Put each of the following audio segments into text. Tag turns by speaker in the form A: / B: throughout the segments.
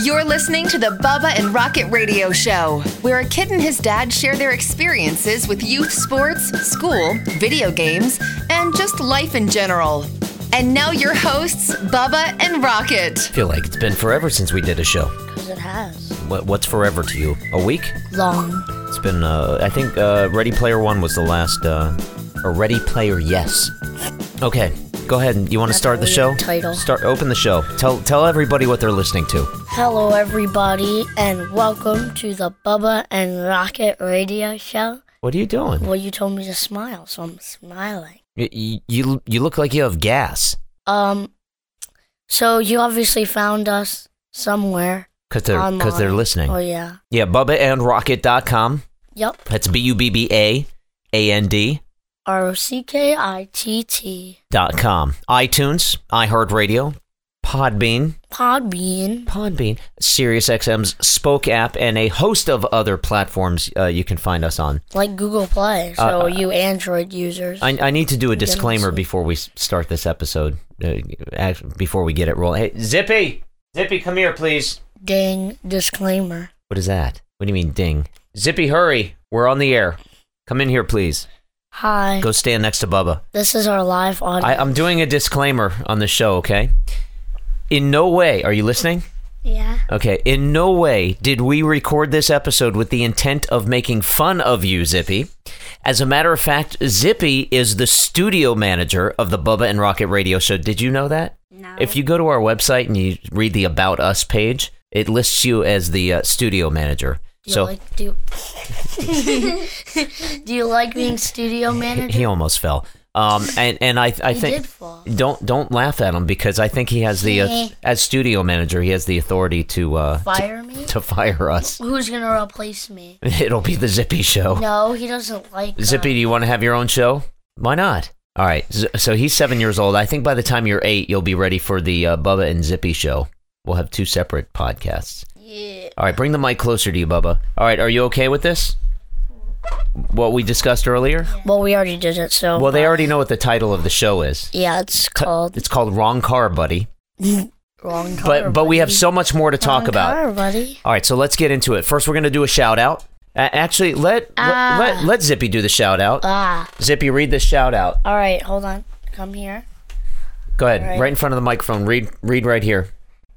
A: You're listening to the Bubba and Rocket Radio Show, where a kid and his dad share their experiences with youth sports, school, video games, and just life in general. And now your hosts, Bubba and Rocket.
B: I feel like it's been forever since we did a show.
C: Because it has.
B: What, what's forever to you? A week?
C: Long.
B: It's been, uh, I think uh, Ready Player One was the last, uh, or Ready Player Yes. Okay, go ahead and you want to
C: That's
B: start
C: a
B: the
C: weird
B: show?
C: title.
B: Start, open the show. Tell, tell everybody what they're listening to.
C: Hello, everybody, and welcome to the Bubba and Rocket radio show.
B: What are you doing?
C: Well, you told me to smile, so I'm smiling.
B: Y- y- you, you look like you have gas.
C: Um, so you obviously found us somewhere.
B: Because they're,
C: online.
B: cause they're listening.
C: Oh, yeah.
B: Yeah, bubbaandrocket.com.
C: Yup.
B: That's B U B B A A N D
C: R O C K I T T.
B: dot com. iTunes, iHeartRadio, Podbean,
C: Podbean.
B: Podbean, SiriusXM's Spoke app, and a host of other platforms uh, you can find us on.
C: Like Google Play. So
B: Uh, uh,
C: you Android users.
B: I, I need to do a
C: Yeah, that's
B: disclaimer
C: it.
B: before we s- start this episode, uh, act- before we get it rolling. Hey, Zippy! Zippy, come here, please.
C: Ding. Disclaimer.
B: What is that? What do you mean, ding? Zippy, hurry. We're on the air. Come in here, please.
C: Hi.
B: Go stand next to Bubba.
C: This is our live audio.
B: I, I'm doing a disclaimer on the show, okay? In no way, are you listening?
C: yeah.
B: Okay, in no way did we record this episode with the intent of making fun of you, Zippy. As a matter of fact, Zippy is the studio manager of the Bubba and Rocket Radio Show. Did you know that? No. If you go to our website and you read the About Us page, it lists you as the uh, studio manager.
C: Do you
B: so
C: like do Do you like being studio manager?
B: he almost fell. Um, and and I I
C: He
B: think
C: did fall.
B: don't don't laugh at him because I think he has the uh, as studio manager he has the authority to uh,
C: Fire me?
B: to fire us.
C: Who's gonna replace me?
B: It'll be the Zippy show.
C: No, he doesn't like uh, that.
B: Zippy, do you want to have your own show? Why not? All right. Z- So he's seven years old. I think by the time you're eight, you'll be ready for the uh, Bubba and Zippy show. We'll have two separate podcasts.
C: Yeah.
B: All right. Bring the mic closer to you, Bubba. All right. Are you okay with this? What we discussed earlier?
C: Well, we already did it, so.
B: Well, they already know what the title of the show is.
C: Yeah, it's called
B: It's called Wrong Car, Buddy.
C: wrong color.
B: But but we have
C: Buddy.
B: so much more to talk
C: Wrong
B: about.
C: Color, buddy.
B: All right, so let's get into it. First, we're going to do a shout out. Uh, actually, let,
C: Ah.
B: let, let let Zippy do the shout out.
C: Ah.
B: Zippy, read this shout out.
C: All right, hold on. Come here.
B: Go ahead,
C: All
B: right.
C: right.
B: in front of the microphone. Read, read right here.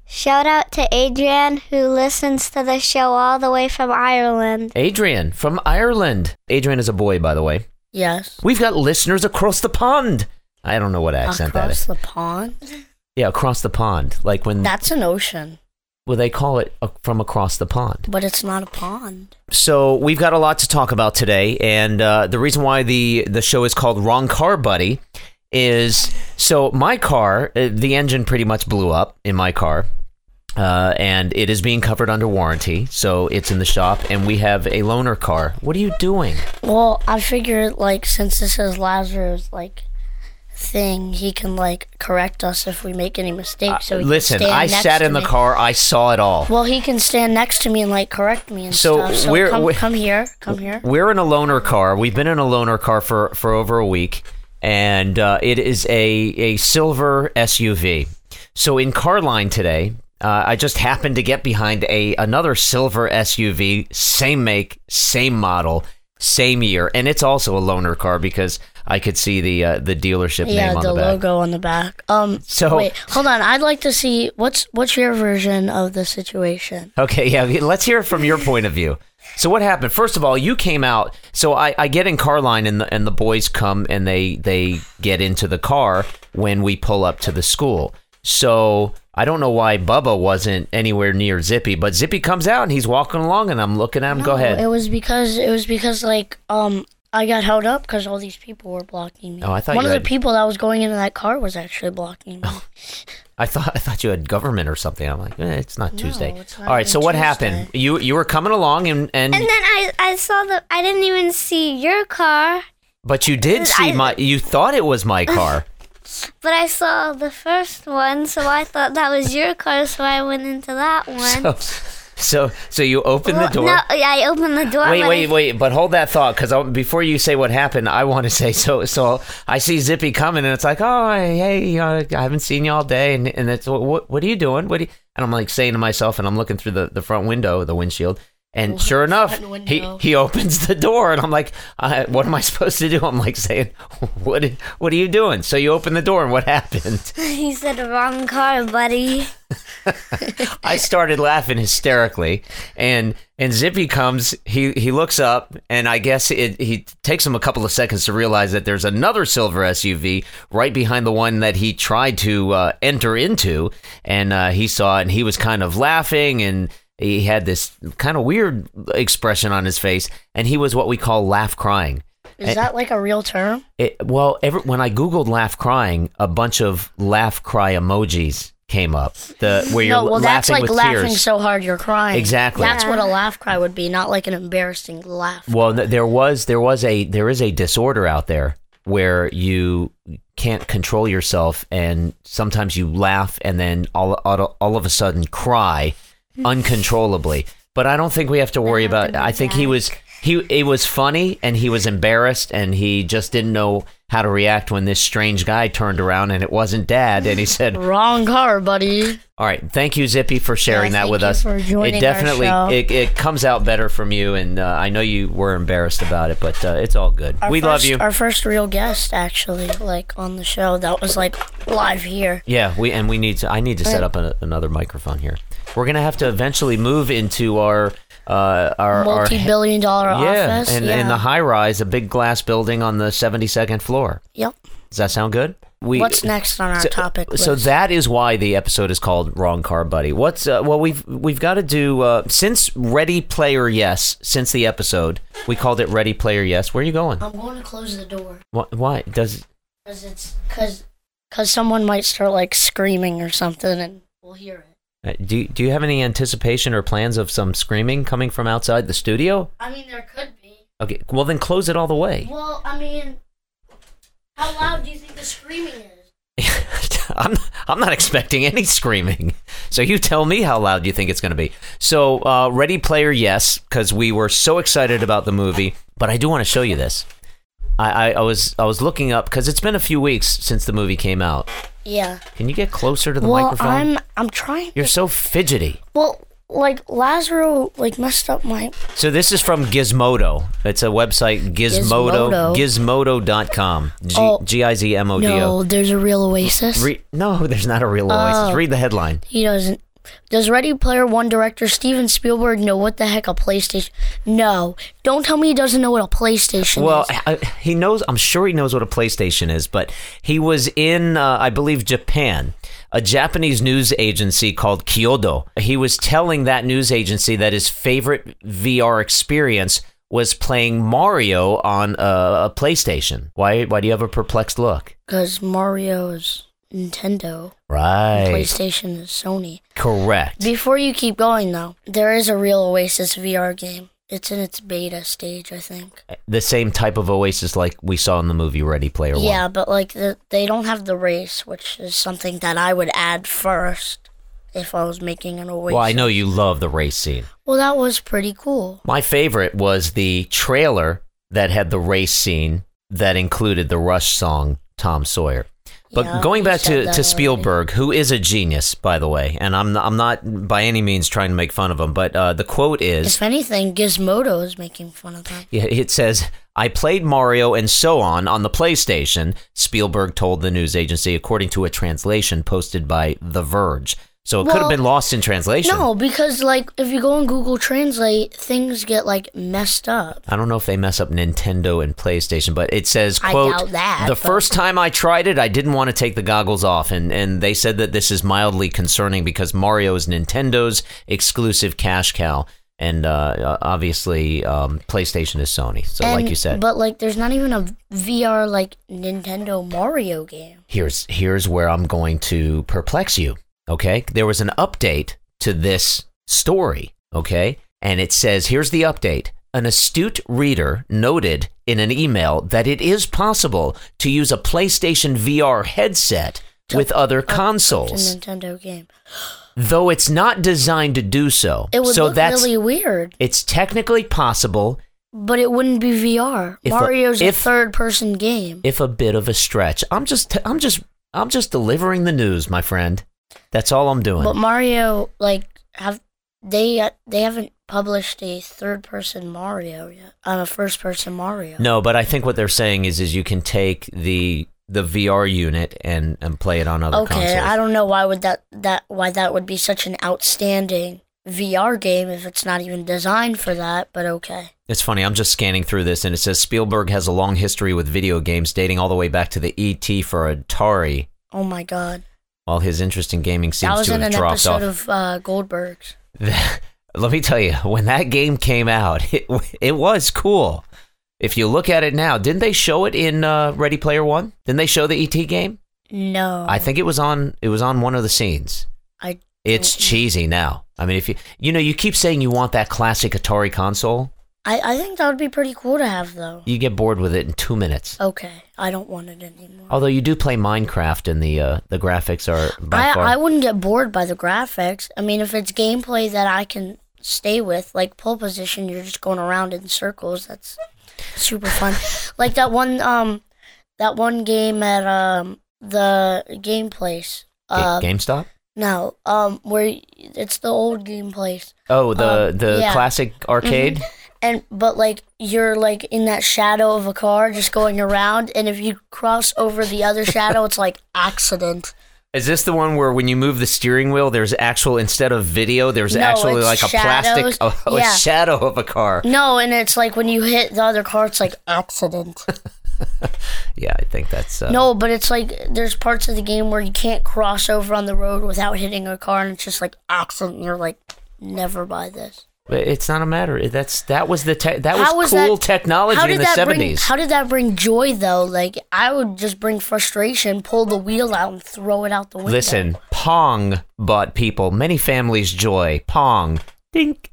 D: Shout out to Adrian who listens to the show all the way from Ireland.
B: Adrian from Ireland. Adrian is a boy, by the way.
C: Yes.
B: We've got listeners across the pond. I don't know what accent that
C: Across
B: is. Mm.
C: the pond.
B: Yeah, across the pond, like when
C: That's an ocean,
B: well they call it uh, from across the pond.
C: but it's not a pond.
B: So we've got a lot to talk about today, and uh, the reason why the the show is called Wrong Car Buddy is so my car, uh, the engine pretty much blew up in my car, uh, and it is being covered under warranty, so it's in the shop, and we have a loaner car. What are you doing?
C: Well, I figure like since this is Lazarus like thing, he can like correct us if we make any mistakes. so he
B: Uh, Listen,
C: can stand
B: I
C: next
B: sat
C: to
B: in the
C: me.
B: car, I saw it all.
C: Well, he can stand next to me and like correct me and
B: So
C: stuff. So
B: we're-
C: come,
B: we're-
C: come here, come here.
B: We're in a loaner car. We've been in a loaner car for, for over a week, and uh, it is a, a silver SUV. So in car line today, uh, I just happened to get behind a another silver SUV, same make, same model, same year, and it's also a loaner car because I could see the uh, the dealership
C: Yeah,
B: name on
C: the
B: the, back.
C: logo on the back. Um,
B: So-
C: wait, hold on. I'd like to see what's what's your version of the situation.
B: Okay, yeah. Let's hear it from your point of view. So what happened? First of all, you came out. So I, I get in car line, and the, and the boys come and they they get into the car when we pull up to the school. So I don't know why Bubba wasn't anywhere near Zippy, but Zippy comes out and he's walking along, and I'm looking at him. Go ahead.
C: It was because it was because like um I got held up because all these people were blocking me.
B: Oh, I thought
C: one
B: you
C: of
B: had- Oh,
C: the people that was going into that car was actually blocking me.
B: I thought I thought you had government or something. I'm like, eh, it's not Tuesday.
C: it's not
B: all right.
C: even
B: So what
C: Tuesday.
B: happened? You you were coming along, and and,
D: And then I, I saw the I didn't even see your car,
B: but you did see
D: I-
B: my. You thought it was my car.
D: but I saw the first one, so I thought that was your car, so I went into that one.
B: So, So so you open the door.
D: No, I opened the door.
B: Wait,
D: but
B: wait, wait! But hold that thought, because before you say what happened, I want to say so. So I see Zippy coming, and it's like, oh, hey, you know, I haven't seen you all day, and and it's what what are you doing? What? Are you? And I'm like saying to myself, and I'm looking through the, the front window, the windshield, and sure enough,
C: front
B: he
C: window.
B: he opens the door, and I'm like, I, what am I supposed to do? I'm like saying, what what are you doing? So you open the door, and what happened?
D: He said wrong car, buddy.
B: I started laughing hysterically, and and Zippy comes. He he looks up, and I guess it he takes him a couple of seconds to realize that there's another silver SUV right behind the one that he tried to uh, enter into, and uh, he saw it, and he was kind of laughing, and he had this kind of weird expression on his face, and he was what we call laugh crying.
C: Is that like a real term?
B: It, well, every, when I googled laugh crying, a bunch of laugh cry emojis came up. The where you're
C: no, well,
B: laughing
C: that's like
B: with
C: laughing
B: tears.
C: so hard you're crying.
B: Exactly.
C: That's what a laugh cry would be, not like an embarrassing laugh.
B: Well, th- there was there was a there is a disorder out there where you can't control yourself, and sometimes you laugh and then all all, all of a sudden cry uncontrollably. But I don't think we have to worry about. I think he was he it was funny and he was embarrassed and he just didn't know how to react when this strange guy turned around and it wasn't dad and he said
C: Wrong car, buddy.
B: all right. Thank you, Zippy, for sharing
C: Yeah,
B: that
C: thank
B: with
C: you
B: us.
C: for joining
B: it
C: our
B: definitely
C: show.
B: It, it comes out better from you, and uh, I know you were embarrassed about it, but uh, it's all good.
C: Our
B: we love
C: first-
B: you.
C: Our first real guest, actually, like on the show that was like live here.
B: yeah, we and we need to. I need to set up a, another microphone here. We're gonna have to eventually move into our uh, our our
C: Multi-billion dollar
B: yeah,
C: office.
B: and
C: yeah.
B: in the high rise, a big glass building on the seventy second floor.
C: yep.
B: Does that sound good? We
C: What's next on our
B: so,
C: topic list?
B: So that is why the episode is called Wrong Car Buddy. What's uh, well we've we've got to do uh, since Ready Player Yes since the episode we called it Ready Player Yes. Where are you going?
C: I'm going to close the door
B: Why, why does
C: because it's because because someone might start like screaming or something, and we'll hear it.
B: uh, do you- do you have any anticipation or plans of some screaming coming from outside the studio?
C: I mean, there could be.
B: Okay, well then close it all the way.
C: Well, I mean, how loud do you think the screaming is?
B: I'm I'm not expecting any screaming. So you tell me how loud you think it's going to be. So uh, Ready Player Yes, because we were so excited about the movie, but I do want to show you this. I, I, I was I was looking up because it's been a few weeks since the movie came out.
C: Yeah.
B: Can you get closer to the
C: Well,
B: microphone?
C: I'm I'm trying.
B: You're so fidgety.
C: Well, like Lazaro like messed up my
B: So this is from Gizmodo. It's a website Gizmodo Gizmodo.com. G
C: Oh.
B: G I Z M O D O.
C: No, there's a real Oasis.
B: Re- no, there's not a real oasis.
C: Oh.
B: Read the headline.
C: he doesn't. Does Ready Player One director Steven Spielberg know what the heck a PlayStation? No, don't tell me he doesn't know what a PlayStation
B: Well,
C: is.
B: I, he knows. I'm sure he knows what a PlayStation is, but he was in, uh, I believe, Japan, a Japanese news agency called Kyodo. He was telling that news agency that his favorite VR experience was playing Mario on a, a PlayStation. Why? Why do you have a perplexed look?
C: Because Mario is Nintendo,
B: Right.
C: PlayStation is Sony.
B: Correct.
C: Before you keep going though, there is a real Oasis VR game. It's in its beta stage, I think.
B: The same type of Oasis like we saw in the movie Ready Player One.
C: Yeah, but like the, they don't have the race, which is something that I would add first if I was making an Oasis.
B: Well, I know you love the race scene.
C: Well, that was pretty cool.
B: My favorite was the trailer that had the race scene that included the Rush song Tom Sawyer. But
C: Yeah,
B: going
C: you
B: back
C: said
B: to,
C: that
B: to
C: already.
B: Spielberg, who is a genius, by the way, and I'm I'm not by any means trying to make fun of him, but uh, the quote is
C: If anything, Gizmodo is making fun of them.
B: yeah, it says, I played Mario and so on on the PlayStation, Spielberg told the news agency, according to a translation posted by The Verge. So it could have
C: Well,
B: been lost in translation.
C: No, because like if you go on Google Translate, things get like messed up.
B: I don't know if they mess up Nintendo and PlayStation, but it says,
C: I
B: quote,
C: doubt that,
B: the
C: but-
B: first time I tried it, I didn't want to take the goggles off. And, and they said that this is mildly concerning because Mario is Nintendo's exclusive cash cow. And uh, obviously, um, PlayStation is Sony. So, like
C: And-
B: you said,
C: but like there's not even a VR like Nintendo Mario game.
B: here's here's where I'm going to perplex you. Okay, there was an update to this story. Okay, and it says here's the update. An astute reader noted in an email that it is possible to use a PlayStation VR headset with other
C: Up- up to
B: consoles.
C: Nintendo game.
B: though it's not designed to do so.
C: It would
B: so
C: look
B: that's
C: really weird,
B: it's technically possible
C: but it wouldn't be VR.
B: If a-
C: Mario's
B: if-
C: a third-person game.
B: if a bit of a stretch. I'm just I'm just I'm just delivering the news, my friend. That's all I'm doing.
C: But Mario, like, have they uh, they haven't published a third person Mario yet? On a first person Mario.
B: no, but I think what they're saying is is you can take the the VR unit and and play it on other
C: Okay,
B: consoles.
C: I don't know why would that that why that would be such an outstanding VR game if it's not even designed for that. But okay,
B: It's funny, I'm just scanning through this and it says Spielberg has a long history with video games dating all the way back to the ET for Atari,
C: oh my god,
B: while his interest in gaming
C: that
B: seems
C: was
B: to
C: in
B: have
C: an
B: dropped off.
C: episode of uh, Goldberg's.
B: Let me tell you, when that game came out, it, it was cool. If you look at it now, didn't they show it in uh, Ready Player One? Didn't they show the ET game?
C: No,
B: I think it was on it was on one of the scenes.
C: I
B: It's
C: don't-
B: cheesy now. I mean, if you you know you keep saying you want that classic Atari console,
C: I I think that would be pretty cool to have though.
B: you get bored with it in two minutes.
C: Okay, I don't want it anymore.
B: Although you do play Minecraft and the uh, the graphics are by
C: I,
B: far.
C: I wouldn't get bored by the graphics. I mean, if it's gameplay that I can stay with, like pole position, you're just going around in circles. That's super fun. like that one, um, that one game at um the game place.
B: Ga-
C: Uh,
B: GameStop.
C: no, um, where y- it's the old game place,
B: Oh, the
C: um,
B: the
C: yeah. Mm-hmm.
B: classic arcade.
C: and but like you're like in that shadow of a car, just going around, and if you cross over the other shadow, it's like accident.
B: Is this the one where when you move the steering wheel, there's actual instead of video, there's
C: No,
B: actually
C: it's
B: like a
C: shadows.
B: plastic oh,
C: Yeah.
B: a shadow of a car?
C: No, and it's like when you hit the other car, it's like accident.
B: Yeah, I think that's uh,
C: No, but it's like there's parts of the game where you can't cross over on the road without hitting a car, and it's just like accident. And you're like, never buy this.
B: But it's not a matter. That's that was the te- that was
C: How was
B: cool
C: that-
B: technology in the
C: that bring?
B: seventies.
C: How did that bring joy though? Like I would just bring frustration, pull the wheel out, and throw it out the window.
B: Listen, Pong bought people many families joy. Pong, dink,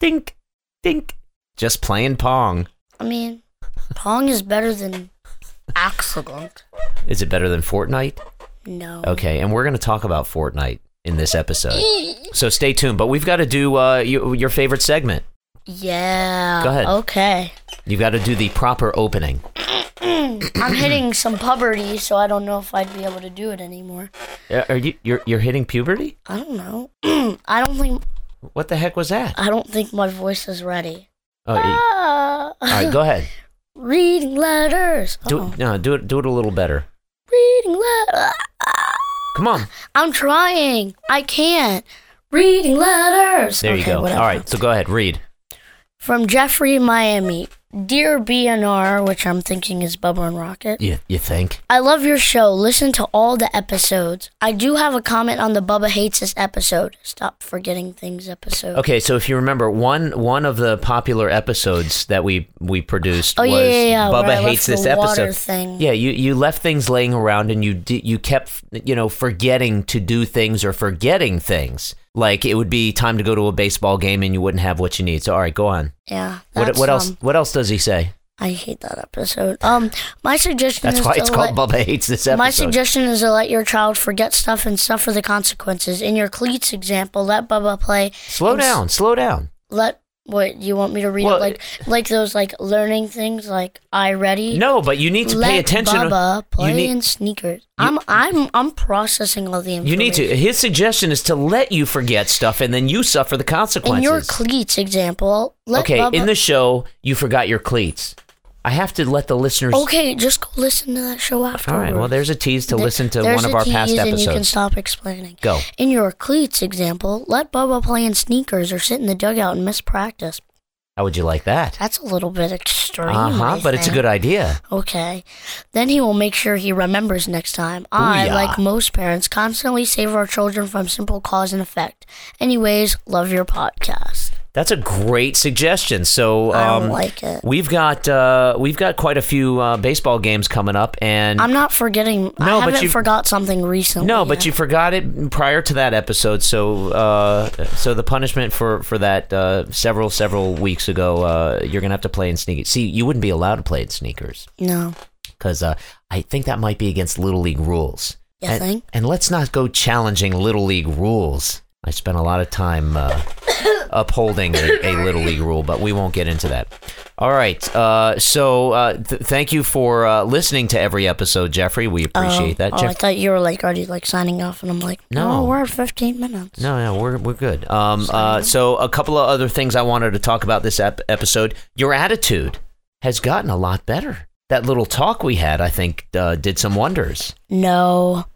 B: dink, dink. Just playing Pong.
C: I mean, Pong is better than accident.
B: Is it better than Fortnite?
C: No.
B: Okay, and we're going to talk about Fortnite in this episode. So stay tuned. But we've got to do uh, your, your favorite segment.
C: Yeah.
B: Go ahead.
C: Okay.
B: You've got to do the proper opening.
C: I'm hitting some puberty, so I don't know if I'd be able to do it anymore.
B: Uh, Are you you're, you're hitting puberty?
C: I don't know. I don't think
B: What the heck was that?
C: I don't think my voice is ready. Ah.
B: Oh, e- all right, go ahead.
C: Reading letters.
B: Do
C: Uh-oh.
B: it, no, do it do it a little better.
C: Reading letters.
B: Come on.
C: I'm trying. I can't. Reading letters.
B: There you
C: Okay,
B: go.
C: whatever.
B: All right, so go ahead, read.
C: From Jeffrey, Miami. Dear BNR, which I'm thinking is Bubba and Rocket.
B: You you think?
C: I love your show. Listen to all the episodes. I do have a comment on the Bubba Hates This episode. Stop forgetting things episode.
B: Okay, so if you remember, one one of the popular episodes that we we produced
C: Oh,
B: was
C: yeah, yeah, yeah,
B: Bubba
C: where I
B: hates
C: left
B: this
C: the water
B: episode.
C: thing.
B: Yeah, you you left things laying around and you di- you kept you know forgetting to do things or forgetting things. Like it would be time to go to a baseball game and you wouldn't have what you need. So all right, go on.
C: Yeah.
B: What
C: that's,
B: what else
C: um,
B: what else does he say?
C: I hate that episode. Um, my suggestion
B: That's
C: is
B: why
C: to
B: it's called
C: let-
B: Bubba hates this episode.
C: My suggestion is to let your child forget stuff and suffer the consequences. In your cleats example, let Bubba play.
B: slow
C: and s-
B: down, slow down.
C: Let what you want me to read
B: Well,
C: it like like those like learning things like I ready.
B: No, but you need to
C: let
B: pay attention.
C: Bubba play
B: you need,
C: in sneakers. I'm I'm I'm processing all the
B: You
C: information.
B: need to. His suggestion is to let you forget stuff, and then you suffer the consequences.
C: In your cleats example, let
B: okay,
C: Bubba.
B: in the show, you forgot your cleats. I have to let the listeners.
C: okay, just go listen to that show after.
B: All right. Well, there's a tease to listen to one of our past
C: And you can
B: episodes.
C: stop explaining.
B: Go.
C: In your cleats example, let Bubba play in sneakers or sit in the dugout and miss practice.
B: How would you like that?
C: That's a little bit extreme.
B: Uh huh.
C: I
B: But it's a
C: think.
B: good idea.
C: Okay. Then he will make sure he remembers next time. I,
B: Booyah.
C: like most parents, constantly save our children from simple cause and effect. Anyways, love your podcast.
B: That's a great suggestion. So
C: I don't
B: um,
C: like it.
B: we've got uh, we've got quite a few uh, baseball games coming up, and
C: I'm not forgetting.
B: No, but
C: I haven't
B: you-
C: forgot something recently.
B: No, but you forgot it prior to that episode. So, uh, so the punishment for for that uh, several several weeks ago, uh, you're gonna have to play in sneakers. See, you wouldn't be allowed to play in sneakers
C: No.
B: because uh, I think that might be against little league rules.
C: You
B: and,
C: think?
B: and let's not go challenging little league rules. I spent a lot of time uh, upholding a, a little league rule, but we won't get into that. All right. Uh, so uh, th- thank you for uh, listening to every episode, Jeffrey. We appreciate that.
C: Oh, I
B: Jeff-
C: thought you were like already like signing off, and I'm like, no,
B: No.
C: we're at 15 minutes.
B: No, no, we're we're good. Um, uh, so a couple of other things I wanted to talk about this ep- episode. Your attitude has gotten a lot better. That little talk we had, I think, uh, did some wonders.
C: No.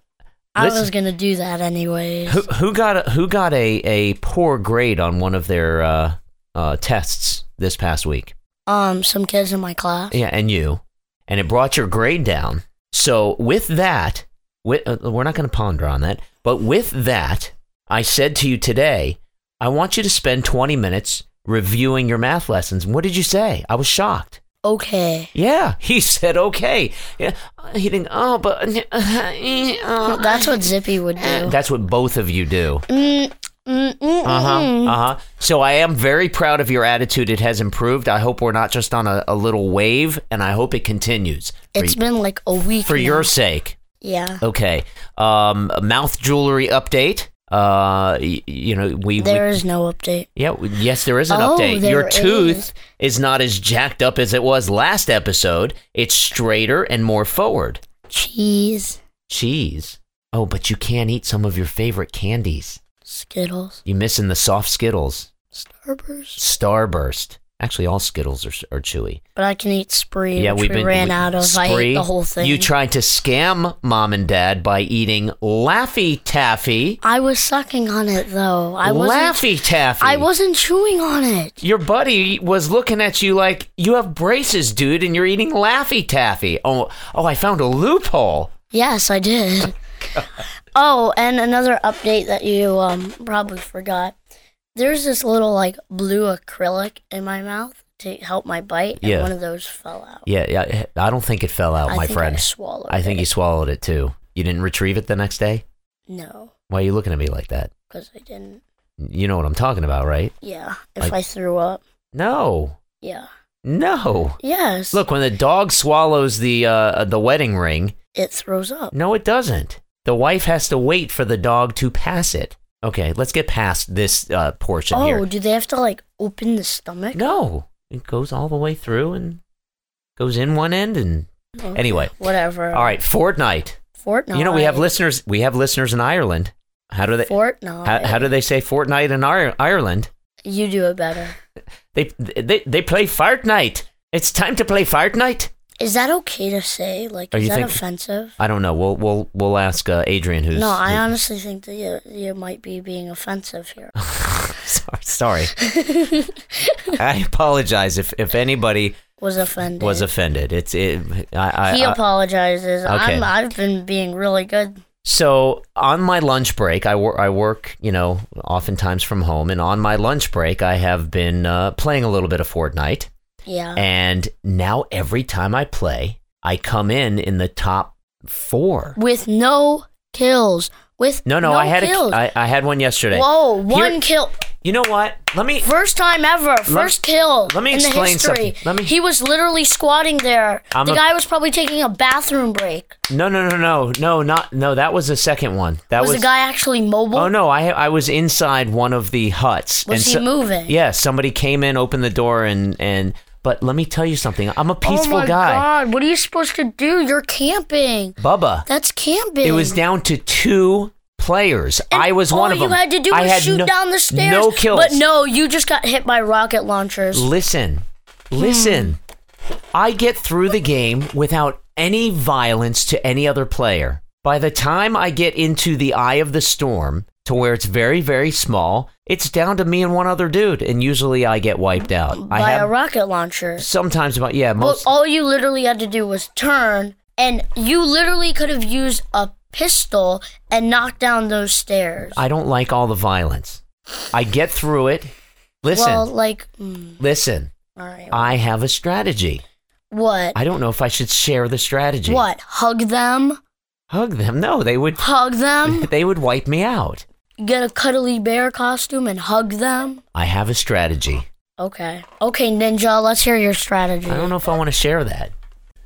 C: I
B: Listen-
C: was gonna do that anyways.
B: Who who got a, who got a, a poor grade on one of their uh, uh, tests this past week?
C: Um, some kids in my class.
B: Yeah, and you, and it brought your grade down. So with that, with, uh, we're not going to ponder on that. But with that, I said to you today, I want you to spend 20 minutes reviewing your math lessons. What did you say? I was shocked.
C: Okay.
B: Yeah, he said okay. Yeah, he didn't. Oh, but
C: Well, that's what Zippy would do.
B: that's what both of you do.
C: Mm, mm, mm, mm,
B: Uh huh.
C: mm.
B: Uh huh. So I am very proud of your attitude. It has improved. I hope we're not just on a, a little wave, and I hope it continues. For
C: It's been like a week.
B: for
C: now.
B: your sake.
C: yeah.
B: Okay. Um, mouth jewelry update. Uh, y- you know we. we-
C: There is no update.
B: yeah. w- Yes, there is an
C: Oh,
B: update.
C: there
B: Your tooth
C: is.
B: is. not as jacked up as it was last episode. It's straighter and more forward.
C: Cheese,
B: Cheese. Oh, but you can't eat some of your favorite candies.
C: Skittles,
B: You missing the soft Skittles,
C: Starburst.
B: Starburst. Actually, all Skittles are, are chewy.
C: But I can eat Spree, yeah, which we ran
B: we-
C: out of. I ate
B: Spree,
C: the whole thing.
B: You tried to scam mom and dad by eating Laffy Taffy.
C: I was sucking on it though. I wasn't.
B: Laffy Taffy.
C: I wasn't chewing on it.
B: Your buddy was looking at you like you have braces, dude, and you're eating Laffy Taffy. Oh, oh, I found a loophole.
C: Yes, I did. oh, and another update that you um probably forgot. There's this little like blue acrylic in my mouth to help my bite, and
B: Yeah.
C: one of those fell out.
B: Yeah, yeah. I don't think it fell out,
C: I
B: my
C: think
B: friend.
C: I swallowed.
B: I think
C: it.
B: you swallowed it too. You didn't retrieve it the next day.
C: No,
B: Why are you looking at me like that?
C: because I didn't.
B: You know what I'm talking about, right?
C: Yeah, if
B: I-
C: I threw up.
B: No,
C: Yeah.
B: no.
C: Yes.
B: Look, when the dog swallows the uh, the wedding ring,
C: it throws up.
B: No, it doesn't. The wife has to wait for the dog to pass it. Okay, let's get past this uh, portion
C: Oh,
B: here.
C: do they have to like open the stomach?
B: No, it goes all the way through and goes in one end and
C: Okay,
B: anyway.
C: Oh, Whatever.
B: All right, Fortnite.
C: Fortnite.
B: You know we have listeners. We have listeners in Ireland. How do they?
C: Fortnite.
B: How, how do they say Fortnite in Ir- Ireland?
C: you do it better?
B: They they they play Fortnite. It's time to play Fortnite.
C: Is that okay to say? Like,
B: Are
C: is
B: Oh, you
C: that
B: think-
C: offensive?
B: I don't know. We'll we'll we'll ask uh, Adrian. Who's
C: No, I
B: who-
C: honestly think that you, you might be being offensive here.
B: sorry. I apologize if if anybody
C: Was offended.
B: was offended. It's it. I, I,
C: he
B: I
C: apologizes.
B: Okay.
C: I'm, I've been being really good.
B: so on my lunch break, I work. I work. You know, oftentimes from home, and on my lunch break, I have been uh, playing a little bit of Fortnite.
C: Yeah.
B: And now every time I play, I come in in the top four.
C: With no kills. With
B: No, no, I had a,
C: kills.
B: I, I had one yesterday.
C: Whoa, one
B: Here-
C: kill.
B: You know what? Let me.
C: First time ever. First kill
B: let me
C: in
B: explain
C: the history.
B: something. Let me-
C: he was literally squatting there.
B: I'm
C: the
B: a-
C: guy was probably taking a bathroom break.
B: No, no, no, no, no, not no. That was the second one. That
C: was,
B: was,
C: the guy actually mobile?
B: Oh no, I I was inside one of the huts.
C: Was he moving?
B: Yeah, somebody came in, opened the door, and and. But let me tell you something. I'm a peaceful
C: oh my
B: guy,
C: God, what are you supposed to do? You're camping.
B: Bubba.
C: That's camping.
B: It was down to two players.
C: And
B: I was one of them.
C: All you had to do
B: I
C: was
B: had
C: shoot
B: no-
C: down the stairs.
B: No kills.
C: But no, you just got hit by rocket launchers.
B: Listen, listen.
C: Hmm.
B: I get through the game without any violence to any other player. By the time I get into the eye of the storm, to where it's very, very small, it's down to me and one other dude, and usually I get wiped out.
C: by
B: I
C: a
B: have
C: rocket launcher.
B: sometimes, but yeah,
C: But
B: most.
C: all you literally had to do was turn, and you literally could have used a pistol and knocked down those stairs.
B: I don't like all the violence. I get through it. Listen,
C: Well, like, mm,
B: listen.
C: all right.
B: I have a strategy.
C: what?
B: I don't know if I should share the strategy.
C: What? Hug them?
B: Hug them? No, they would.
C: Hug them?
B: They would wipe me out.
C: Get a cuddly bear costume and hug them?
B: I have a strategy.
C: Okay. Okay, Ninja, let's hear your strategy.
B: I don't know if I want to share that.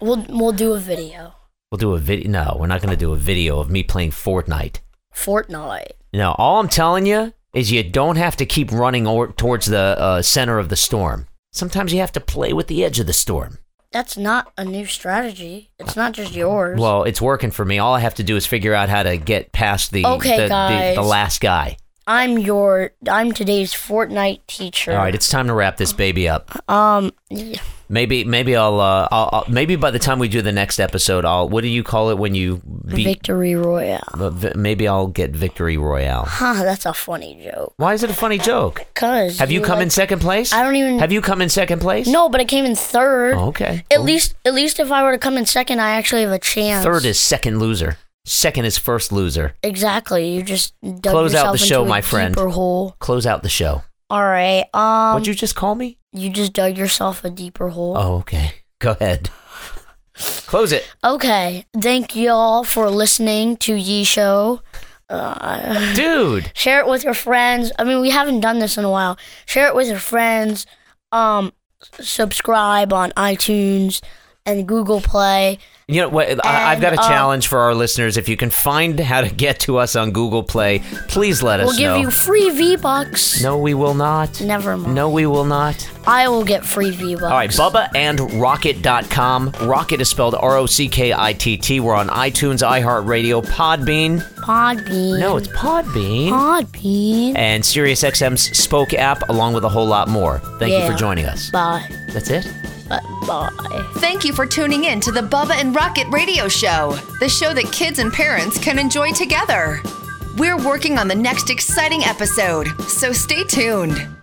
C: We'll, we'll do a video.
B: We'll do a video. No, we're not going to do a video of me playing Fortnite.
C: Fortnite.
B: No, all I'm telling you is you don't have to keep running or, towards the uh, center of the storm. Sometimes you have to play with the edge of the storm.
C: That's not a new strategy. It's not just yours.
B: Well, it's working for me. All I have to do is figure out how to get past the
C: Okay,
B: the,
C: guys.
B: The, the last guy.
C: I'm your I'm today's Fortnite teacher.
B: All right, it's time to wrap this baby up.
C: Um yeah,
B: Maybe maybe I'll, uh, I'll, I'll maybe by the time we do the next episode, I'll what do you call it when you beat?
C: Victory Royale.
B: uh, vi- maybe I'll get victory royale.
C: Huh, that's a funny joke.
B: Why is it a funny joke?
C: Cuz
B: Have you come in second place?
C: I don't even-
B: Have you come in second place?
C: No, but I came in third.
B: Oh, okay.
C: At least at least if I were to come in second, I actually have a chance.
B: Third is second loser. Second is first loser.
C: Exactly. You just dug
B: Close out
C: yourself
B: the show,
C: into a
B: my friend.
C: Deeper hole.
B: Close out the show.
C: All right. Um.
B: What'd you just call me?
C: You just dug yourself a deeper hole.
B: Oh, okay. Go ahead. Close it.
C: Okay. Thank y'all for listening to Ye Show. Uh,
B: Dude.
C: share it with your friends. I mean, we haven't done this in a while. Share it with your friends. Um, s- subscribe on iTunes and Google Play.
B: You know what? I, I've got a
C: And, uh,
B: challenge for our listeners. If you can find how to get to us on Google Play, please let
C: We'll
B: us
C: give
B: know.
C: you free V Bucks.
B: no, we will not.
C: Never mind.
B: No, we will not.
C: I will get free V Bucks.
B: All right, Bubba and Rocket.com. Rocket is spelled R O C K I T T. We're on iTunes, iHeartRadio, Podbean.
C: Podbean.
B: No, it's Podbean.
C: Podbean.
B: and SiriusXM's Spoke app, along with a whole lot more. Thank you
C: Yeah.
B: for joining us.
C: Bye.
B: That's it.
C: Bye. Bye.
A: Thank you for tuning in to the Bubba and Rocket Radio Show, the show that kids and parents can enjoy together. We're working on the next exciting episode, so stay tuned.